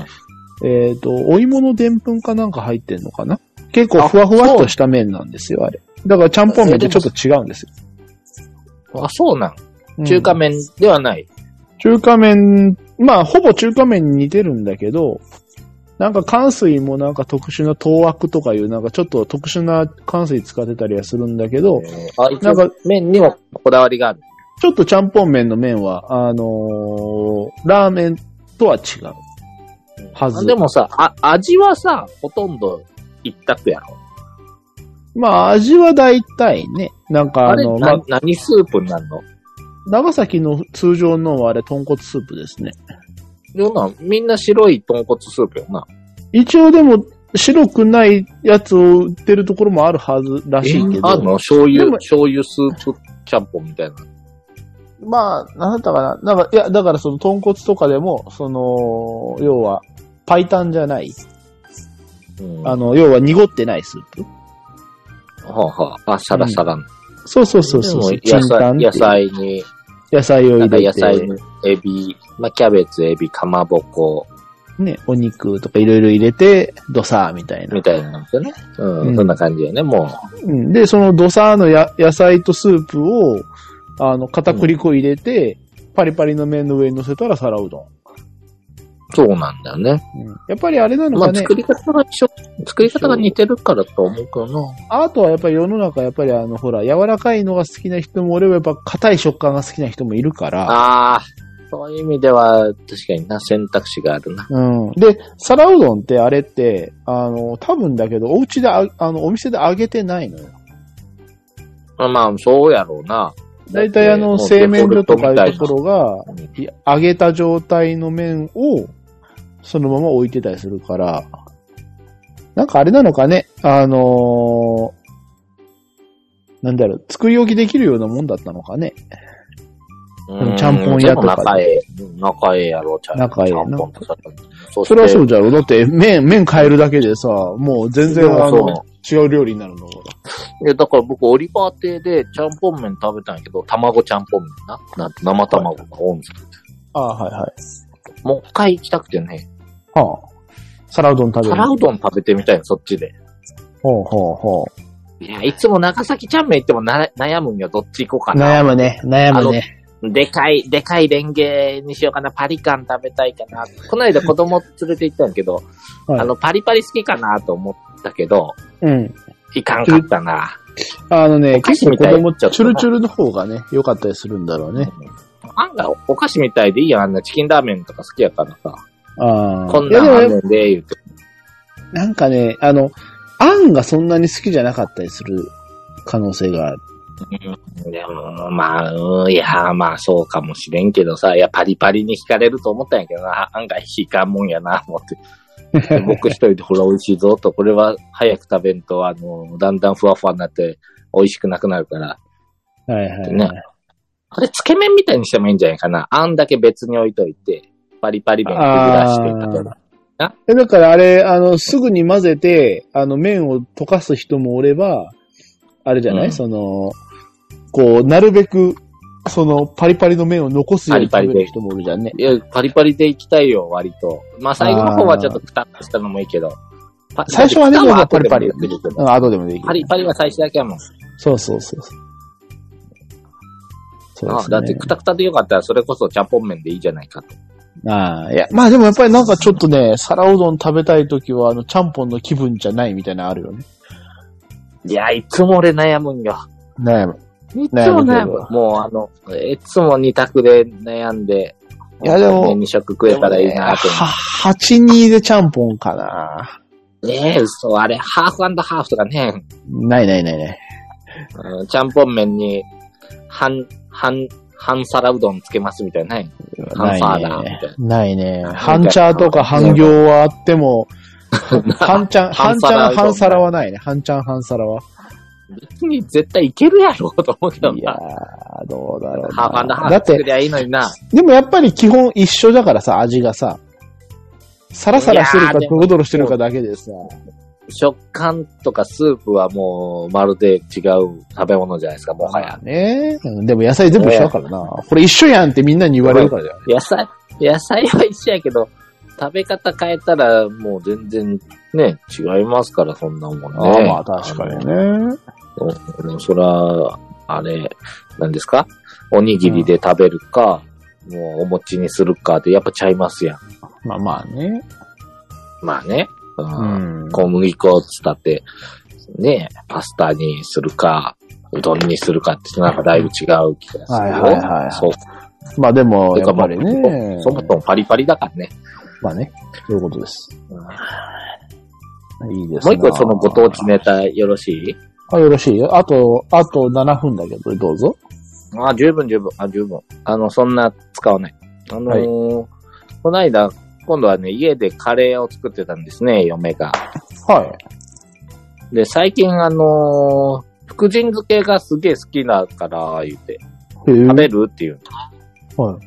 Speaker 2: えっ、と、お芋のでんぷんかなんか入ってんのかな結構ふわふわっとした麺なんですよ、あれ。だからちゃんぽん麺ってちょっと違うんですよ。
Speaker 1: あ、そうなん。
Speaker 2: うん
Speaker 1: 中華麺ではない。
Speaker 2: 中華麺、まあ、ほぼ中華麺に似てるんだけど、なんか関水もなんか特殊な東枠とかいう、なんかちょっと特殊な関水使ってたりはするんだけど、
Speaker 1: えーあ、一
Speaker 2: なんか
Speaker 1: 応麺にもこだわりがある。
Speaker 2: ちょっとちゃんぽん麺の麺は、あのーラーメンとは違う。はず
Speaker 1: あでもさあ、味はさ、ほとんど一択やろ。
Speaker 2: まあ、味は大体ね、なんか
Speaker 1: あ
Speaker 2: あ
Speaker 1: れ、
Speaker 2: の、ま
Speaker 1: な
Speaker 2: あ、
Speaker 1: 何スープになるの
Speaker 2: 長崎の通常のはあれ、豚骨スープですね。
Speaker 1: ような、みんな白い豚骨スープよな。
Speaker 2: 一応でも、白くないやつを売ってるところもあるはずらしいけど。
Speaker 1: あるの醤
Speaker 2: で
Speaker 1: 油、
Speaker 2: も
Speaker 1: 醤油スープちゃんぽんみたいな。
Speaker 2: まあ、なんだったかな。なんか、いや、だからその豚骨とかでも、その、要は、パイタンじゃない。
Speaker 1: うん、
Speaker 2: あの、要は濁ってないスープ。
Speaker 1: はあ、はあ、あ、サラサラの。
Speaker 2: そうそうそうそ
Speaker 1: で
Speaker 2: う。
Speaker 1: も野
Speaker 2: チンタ
Speaker 1: 菜、
Speaker 2: ンっていう
Speaker 1: 野菜に、
Speaker 2: 野菜を
Speaker 1: な
Speaker 2: 入
Speaker 1: んか
Speaker 2: れて。
Speaker 1: 野菜に、エビ、まあ、キャベツ、エビ、かまぼこ、
Speaker 2: ね、お肉とかいろいろ入れて、ドサーみたいな
Speaker 1: み。たいなんですよね。うん、
Speaker 2: うん
Speaker 1: そんな感じよね、も
Speaker 2: うんで、そのドサーのや野菜とスープを、あの、片栗粉入れて、パリパリの麺の上に乗せたら皿うどん。
Speaker 1: う。そうなんだよね。
Speaker 2: うんやっぱりあれなの
Speaker 1: ま
Speaker 2: か
Speaker 1: あ、
Speaker 2: ね、
Speaker 1: 作り方が一緒、作り方が似てるからと思うけどな。
Speaker 2: アートはやっぱり世の中やっぱりあの、ほら、柔らかいのが好きな人もおれば、やっぱ硬い食感が好きな人もいるから、
Speaker 1: ああ、そういう意味では、確かにな、選択肢があるな。
Speaker 2: うん。で、皿うどんってあれって、あの、多分だけど、お家であ、あの、お店で揚げてないのよ。
Speaker 1: まあまあ、そうやろうな。
Speaker 2: だいたいあの、
Speaker 1: だって
Speaker 2: 製麺所とかい
Speaker 1: もうデフォルトみたいうな
Speaker 2: ところが、
Speaker 1: うん
Speaker 2: い揚げた状態の麺を、そのまま置いてたりするから、なんかあれなのかね、あのーなんだろう、作り置きできるようなもんだったのかね。
Speaker 1: う
Speaker 2: ちゃんぽん屋
Speaker 1: で
Speaker 2: とか
Speaker 1: も仲ええ、仲ええやろ、ちゃん
Speaker 2: 仲ええ
Speaker 1: ち
Speaker 2: な
Speaker 1: ゃんぽんとか。そ
Speaker 2: それはそううじゃろだって、麺、麺変えるだけでさ、もう全然
Speaker 1: でも
Speaker 2: あ
Speaker 1: そう
Speaker 2: の、違う料理になるの。
Speaker 1: いや、だから僕、オリバー亭でちゃんぽん麺食べたんやけど、卵ちゃんぽん麺な。なんて生卵が多いんですよ
Speaker 2: ああ、はいはい。
Speaker 1: もう一回行きたくてね、
Speaker 2: はあ。皿うどん食べる。
Speaker 1: 皿うどん食べてみたいの、そっちで。
Speaker 2: ほうほうほう。
Speaker 1: いや、いつも長崎ちゃん麺行ってもな悩むんよ、どっち行こうかな。
Speaker 2: 悩むね、悩むね。
Speaker 1: でかい、でかいレンゲにしようかな、パリカン食べたいかな。この間子供連れて行ったんやけど、
Speaker 2: [laughs] はい
Speaker 1: あの、パリパリ好きかなと思ったけど、
Speaker 2: うん。
Speaker 1: いかんかったな。
Speaker 2: あのね、
Speaker 1: お菓子
Speaker 2: 結構子供
Speaker 1: みたい
Speaker 2: チュルチュルの方がね、良かったりするんだろうね。
Speaker 1: 案外お菓子みたいでいいやん、あんなチキンラーメンとか好きやからさ。
Speaker 2: ああ。
Speaker 1: こん
Speaker 2: いや
Speaker 1: なんあ
Speaker 2: で
Speaker 1: ん
Speaker 2: も
Speaker 1: ねんで、言うて。
Speaker 2: なんかね、あの、あんがそんなに好きじゃなかったりする可能性がある。
Speaker 1: でも、まあ、うんいや、まあそうかもしれんけどさ、いや、パリパリに惹かれると思ったんやけどな、案外惹かんもんやな、思って。で僕一人でこれ美味しいぞと、これは早く食べんと、あの、だんだんふわふわになって美味しくなくなるから。
Speaker 2: はいはい、
Speaker 1: ねこれ、つけ麺みたいにしてもいいんじゃないかな。あんだけ別に置いといて、パリパリ麺くぐらして、
Speaker 2: あー
Speaker 1: 例えば。
Speaker 2: えだからあれ、あの、すぐに混ぜて、あの、麺を溶かす人もおれば、あれじゃない、
Speaker 1: うん
Speaker 2: その、こう、なるべく、その、パリパリの麺を残すように
Speaker 1: パリパリ
Speaker 2: 食べ
Speaker 1: で
Speaker 2: る人もおるじゃんね。
Speaker 1: いや、パリパリでいきたいよ、割と。まあ、最後の方はちょっとくたっとしたのもいいけど。パ
Speaker 2: 最初はね、
Speaker 1: だって
Speaker 2: もう
Speaker 1: くた
Speaker 2: パリ
Speaker 1: ん
Speaker 2: パ
Speaker 1: は
Speaker 2: リ。
Speaker 1: 後でも言ってるけ
Speaker 2: う
Speaker 1: ど
Speaker 2: ん、後でもできる。
Speaker 1: パリパリは最初だけやもん。
Speaker 2: そうそうそうそう。そう
Speaker 1: あ
Speaker 2: ですね
Speaker 1: だって、くたくたでよかったら、それこそちゃんぽん麺でいいじゃないかと。
Speaker 2: ああ、いや、まあでもやっぱりなんかちょっとね、皿うどん食べたいときは、あの、ちゃんぽんの気分じゃないみたいなのあるよね。
Speaker 1: いや、いつも俺悩むんよ。
Speaker 2: 悩む。
Speaker 1: いつも
Speaker 2: 悩む
Speaker 1: 悩む。もう、あの、いつも二択で悩んで、
Speaker 2: いやでも
Speaker 1: ね二食食えたらいいなと思って。
Speaker 2: は、8-2でちゃんぽんかな。
Speaker 1: ねえ、嘘、あれ、ハーフハーフとかね。
Speaker 2: ないないないない。
Speaker 1: うんちゃんぽん麺に、半、半、半皿うどんつけますみたいなね。半サーダーみ
Speaker 2: ないね
Speaker 1: たい。
Speaker 2: ないね。
Speaker 1: なんか
Speaker 2: 半チャーとか半行はあっ
Speaker 1: [laughs]
Speaker 2: ても、半ちゃん、半
Speaker 1: 半
Speaker 2: ちゃん
Speaker 1: 皿
Speaker 2: 半皿はないね。半ちゃん半皿は。
Speaker 1: な。別に絶対いけるやろうと思うけど
Speaker 2: いや
Speaker 1: な。
Speaker 2: ー、どうだろう
Speaker 1: ハーフ
Speaker 2: な。
Speaker 1: ハ
Speaker 2: だ
Speaker 1: ー
Speaker 2: っ
Speaker 1: フ作
Speaker 2: て、
Speaker 1: りゃいいのにな。
Speaker 2: でもやっぱり基本一緒だからさ、味がさ。サラサラしてる
Speaker 1: い
Speaker 2: か
Speaker 1: やーで
Speaker 2: ド
Speaker 1: も
Speaker 2: ロドロしてるかだけでさ。
Speaker 1: 食感とかスープはもう、まるで違う食べ物じゃないですか、もはや。
Speaker 2: ねうんでも野菜全部一緒だからな。これ一緒やんってみんなに言われるからじゃん。
Speaker 1: 野菜、野菜は一緒やけど、食べ方変えたらもう全然ね、違いますから、そんなもんね。あ
Speaker 2: ね。
Speaker 1: の。でもそら、あれ、何ですかおにぎりで食べるか、もうお餅にするかでやっぱちゃいますやん。
Speaker 2: まあまあね。
Speaker 1: まあね。うん
Speaker 2: うん。
Speaker 1: 小麦粉を使って、ね、パスタにするか、うどんにするかって、なんかだいぶ違う気がするよ。
Speaker 2: はいはいはいはい
Speaker 1: そう。
Speaker 2: まあでも、
Speaker 1: て
Speaker 2: や
Speaker 1: か
Speaker 2: っぱりね。
Speaker 1: そもそもパリパリだからね。
Speaker 2: まあね。そういうことです。いいです
Speaker 1: もう
Speaker 2: な
Speaker 1: 一個そのご当地ネタよろしい
Speaker 2: あ、よろしいよ。あと、あと7分だけど、どうぞ。
Speaker 1: あ、十分十分。あ、十分。あの、そんな使わない。あのーこの間、今度はね、家でカレーを作ってたんですね、嫁が。
Speaker 2: は
Speaker 1: で、最近あのー福神漬けがすげえ好きだから、言って、
Speaker 2: い。へえ
Speaker 1: 食べるっていう。
Speaker 2: は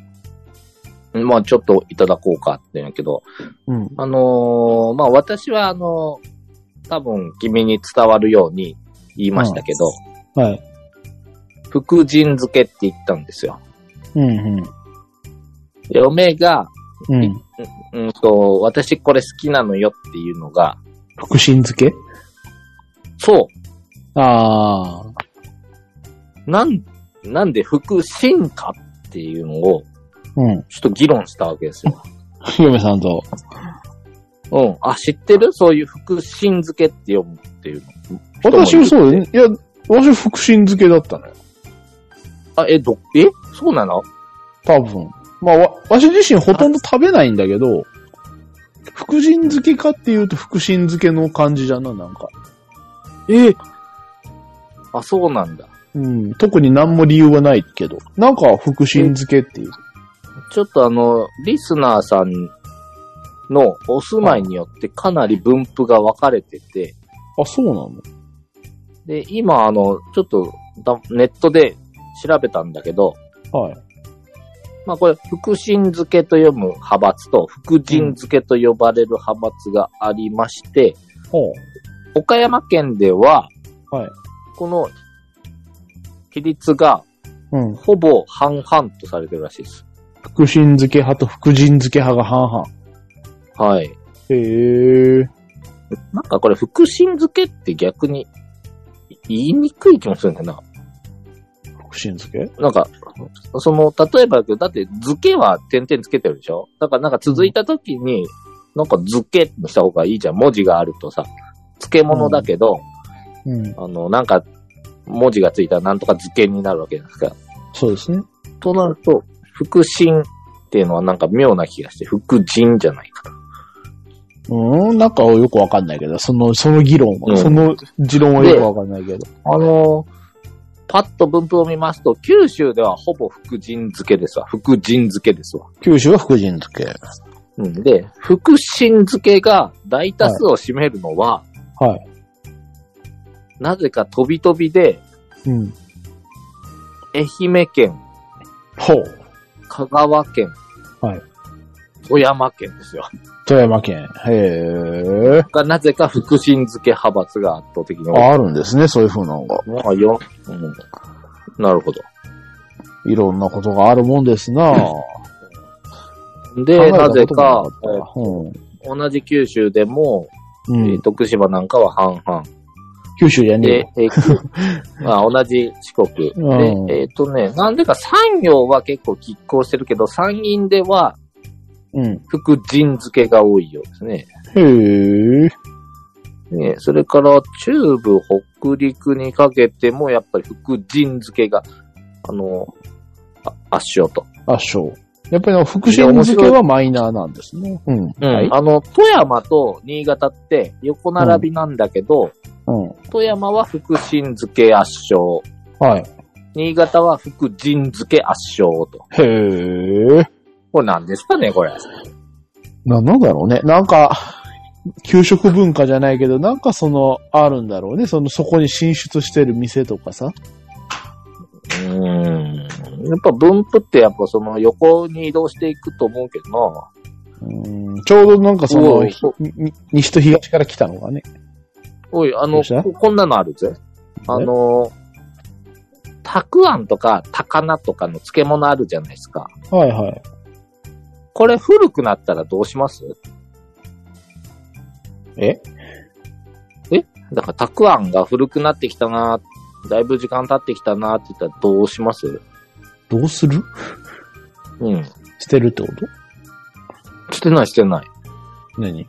Speaker 2: い。
Speaker 1: まあ、ちょっといただこうかって言うんやけど、
Speaker 2: うん。
Speaker 1: あのーまあ、私は、あのー多分君に伝わるように言いましたけど、
Speaker 2: はい。
Speaker 1: 福神漬けって言ったんですよ。
Speaker 2: うん、うん。
Speaker 1: 嫁が、
Speaker 2: うん。
Speaker 1: うんと、私これ好きなのよっていうのが、
Speaker 2: 福神漬け
Speaker 1: そ
Speaker 2: ああ。
Speaker 1: う、なん、なんで福神かっていうのを、
Speaker 2: うん。
Speaker 1: ちょっと議論したわけですよ。
Speaker 2: [laughs] 嫁さんと。
Speaker 1: うん。あ、知ってるそういう福神漬けって読むっていうの。
Speaker 2: 私も
Speaker 1: 人もいる
Speaker 2: そうだね。いや、私福神漬けだったのよ。
Speaker 1: あ、え、ど、えそうなの
Speaker 2: 多分。まあ、わ、わし自身ほとんど食べないんだけど、福神漬けかっていうと福神漬けの感じじゃな、なんか。
Speaker 1: えあ、そうなんだ。
Speaker 2: うん。特に何も理由はないけど。なんか福神漬けっていう。
Speaker 1: ちょっとあの、リスナーさんのお住まいによってかなり分布が分かれてて、
Speaker 2: あ、そうなの
Speaker 1: で、今あの、ちょっとだネットで調べたんだけど、
Speaker 2: はい。
Speaker 1: まあこれ、福神漬けと読む派閥と、福神漬けと呼ばれる派閥がありまして、
Speaker 2: ほう。
Speaker 1: 岡山県では、
Speaker 2: はい
Speaker 1: この比率が
Speaker 2: うん。
Speaker 1: ほぼ半々とされてるらしいです。
Speaker 2: 福神漬け派と福神漬け派が半々。
Speaker 1: はい。
Speaker 2: へえ。
Speaker 1: なんかこれ、福神漬けって逆に言いにくい気もするんだよな。
Speaker 2: 福神漬け
Speaker 1: なんか、その、例えばだけど、だって、漬けは点々つけてるでしょだからなんか続いた時に、なんか漬けにした方がいいじゃん。文字があるとさ、漬物だけど、
Speaker 2: うん。
Speaker 1: あの、なんか、文字がついたらなんとか漬けになるわけじゃないですか。
Speaker 2: そうですね。
Speaker 1: となると、福神っていうのはなんか妙な気がして、福神じゃないかな。
Speaker 2: うーん、なんかよくわかんないけど、その、その議論は、
Speaker 1: うん
Speaker 2: その持論はよくわかんないけど。
Speaker 1: あのーパッと分布を見ますと、九州ではほぼ福神漬けですわ。福神漬けですわ。
Speaker 2: 九州は福神漬け。
Speaker 1: うん、で、福神漬けが大多数を占めるのは、
Speaker 2: はい。
Speaker 1: なぜか飛び飛びで、
Speaker 2: うん。
Speaker 1: 愛媛県、
Speaker 2: ほう。
Speaker 1: 香川県、
Speaker 2: はい
Speaker 1: 富山県ですよ。
Speaker 2: 富山県。へえ。
Speaker 1: が、なぜか福神漬け派閥が圧倒的に多い。
Speaker 2: ああるんですね、そういう風なのが。
Speaker 1: まあ、よ、うん。なるほど。
Speaker 2: いろんなことがあるもんですな
Speaker 1: で、なぜ、
Speaker 2: 考
Speaker 1: か、
Speaker 2: えたことなかったうん
Speaker 1: えー同じ九州でも、
Speaker 2: う
Speaker 1: え
Speaker 2: ん
Speaker 1: ー徳島なんかは半々。
Speaker 2: 九州やねえ
Speaker 1: で
Speaker 2: [laughs] よ。、
Speaker 1: えーまあ、同じ四国。
Speaker 2: うん
Speaker 1: で、えっ、とね、なんでか産業は結構拮抗してるけど、山陰では
Speaker 2: うん。
Speaker 1: 福神漬けが多いようですね。
Speaker 2: へえ。
Speaker 1: ねそれから中部、北陸にかけてもやっぱり福神漬けが、あの、あ圧勝と。
Speaker 2: あ、そう。やっぱりあの福神漬けはマイナーなんですね。うん。はい。
Speaker 1: あの、富山と新潟って横並びなんだけど、
Speaker 2: うん。
Speaker 1: 富山は福神漬け圧勝、
Speaker 2: はい。
Speaker 1: 新潟は福神漬け圧勝と。
Speaker 2: へえ。
Speaker 1: これ何ですかね、これ。
Speaker 2: な、なんだろうね。なんか、給食文化じゃないけど、なんかその、あるんだろうね。その、そこに進出してる店とかさ。
Speaker 1: うん。やっぱ分布ってやっぱその横に移動していくと思うけどな。
Speaker 2: うんちょうどなんかそ
Speaker 1: お
Speaker 2: の、
Speaker 1: う
Speaker 2: ひに西と東から来たのがね。
Speaker 1: おい、あ
Speaker 2: ど
Speaker 1: の、
Speaker 2: うした
Speaker 1: ここんなのあるぜ。あの、たくあんとか高菜とかの漬物あるじゃないですか。
Speaker 2: はいはい。
Speaker 1: これ古くなったらどうします
Speaker 2: え
Speaker 1: だから、たくあんが古くなってきたな、だいぶ時間経ってきたなって言ったらどうします
Speaker 2: どうする [laughs]
Speaker 1: うん。
Speaker 2: 捨てるってこと
Speaker 1: してないしてない。
Speaker 2: 何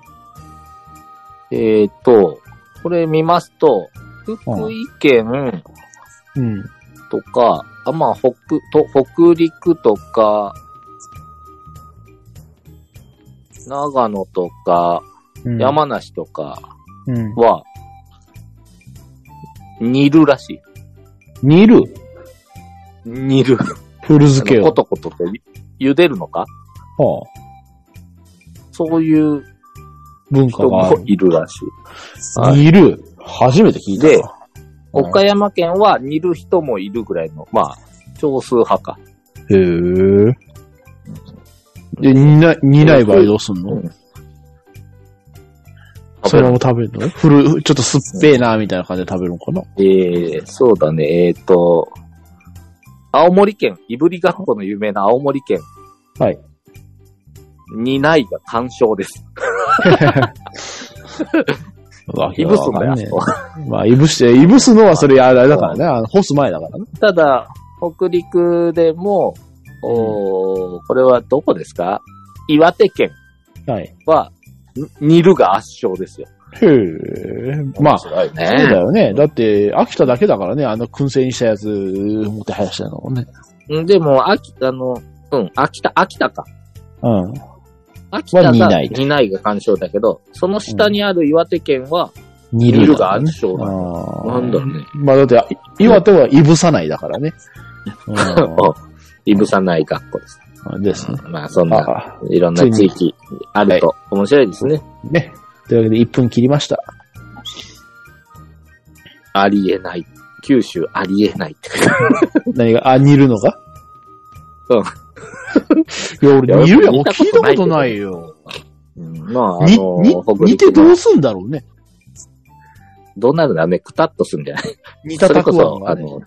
Speaker 1: えっ、ー、と、これ見ますと、福井県
Speaker 2: うん。
Speaker 1: とか、あまあ、北、と、北陸とか、長野とか、
Speaker 2: うん、
Speaker 1: 山梨とか
Speaker 2: うん。
Speaker 1: は、煮るらしい。
Speaker 2: 煮る
Speaker 1: 煮る。
Speaker 2: 古漬け
Speaker 1: あのコ
Speaker 2: を。
Speaker 1: トコトとゆ茹でるのか
Speaker 2: はあ、
Speaker 1: そういう
Speaker 2: 文化
Speaker 1: 人
Speaker 2: があ
Speaker 1: も
Speaker 2: る。
Speaker 1: いるらしい。はい
Speaker 2: 煮る初めて聞いたな。
Speaker 1: で
Speaker 2: うん
Speaker 1: 岡山県は煮る人もいるぐらいの、まあ、少数派か。
Speaker 2: へえ。で、煮ない、煮ない場合どうすん
Speaker 1: う
Speaker 2: の
Speaker 1: ん
Speaker 2: それも食べるのふる、ちょっと酸っぺえな、みたいな感じで食べるのかな
Speaker 1: えー、そうだね、えっ、と、青森県、いぶりがっこの有名な青森県。
Speaker 2: はい。
Speaker 1: にないが干渉です。いぶすんだよ、あそこは
Speaker 2: まあ、いぶして、いぶすのはそれあれだからね。あの、干す前だからね。
Speaker 1: [laughs] ただ、北陸でも、おーこれはどこですか岩手県
Speaker 2: はい。
Speaker 1: は、に煮るが圧勝ですよ。
Speaker 2: へえ。まあ、そ
Speaker 1: 白いね。
Speaker 2: うだよね。だって、秋田だけだからね、あの、燻製にしたやつ、持って生やしてるのもね。
Speaker 1: うんでも、秋田の、うん、秋田、秋田か。
Speaker 2: うん。
Speaker 1: 秋田が
Speaker 2: は
Speaker 1: 二
Speaker 2: 二
Speaker 1: 内
Speaker 2: 内
Speaker 1: が干渉だけど、その下にある岩手県は、
Speaker 2: 煮
Speaker 1: 煮
Speaker 2: る。
Speaker 1: るが圧勝だ。
Speaker 2: ああ。
Speaker 1: なんだろうね。
Speaker 2: まあ、だって、岩手はいぶさないだからね。
Speaker 1: おいぶさない学校です。
Speaker 2: うん。 [laughs] ですね。
Speaker 1: まあ、そんな、
Speaker 2: ああ。
Speaker 1: いろんな地域あると面白いですね。
Speaker 2: ね。というわけで、1分切りました。
Speaker 1: ありえない。九州ありえない [laughs] って書いてある。
Speaker 2: 何が、あ、煮るのか
Speaker 1: うん
Speaker 2: [laughs] いや、俺、煮るやん。
Speaker 1: いや
Speaker 2: 俺聞いたことないよ。
Speaker 1: うんまあ、あ
Speaker 2: に、
Speaker 1: の
Speaker 2: に、
Speaker 1: 北
Speaker 2: 煮て
Speaker 1: 陸
Speaker 2: ど
Speaker 1: の
Speaker 2: うすんだろうね。
Speaker 1: どうなるんだろうね、くたっとすんじゃない
Speaker 2: 煮た
Speaker 1: それ
Speaker 2: た
Speaker 1: こ
Speaker 2: くあん
Speaker 1: そ、
Speaker 2: が
Speaker 1: あ
Speaker 2: ね
Speaker 1: の、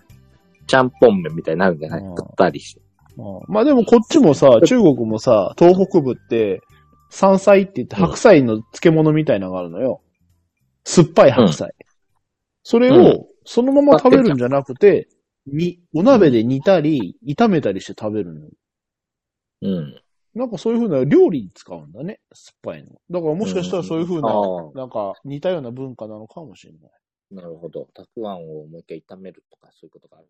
Speaker 1: ちゃんぽん麺みたいになるんじゃない
Speaker 2: うん
Speaker 1: くったりして。
Speaker 2: うんまあでもこっち [laughs] もさ、中国もさ、東北部って、山菜って言って白菜の漬物みたいなのがあるのよ。酸っぱい白菜。それ
Speaker 1: う
Speaker 2: を、そのまま食べるんじゃなくて、に、お鍋で煮たり、炒めたりして食べるのよ。
Speaker 1: うん。
Speaker 2: なんかそういう風な料理に使うんだね。酸っぱいの。だからもしかしたらそういう風
Speaker 1: あ
Speaker 2: な、なんか似たような文化なのかもしれない。
Speaker 1: あ、なるほど。たくあんをもう一回炒めるとか、そういうことがある。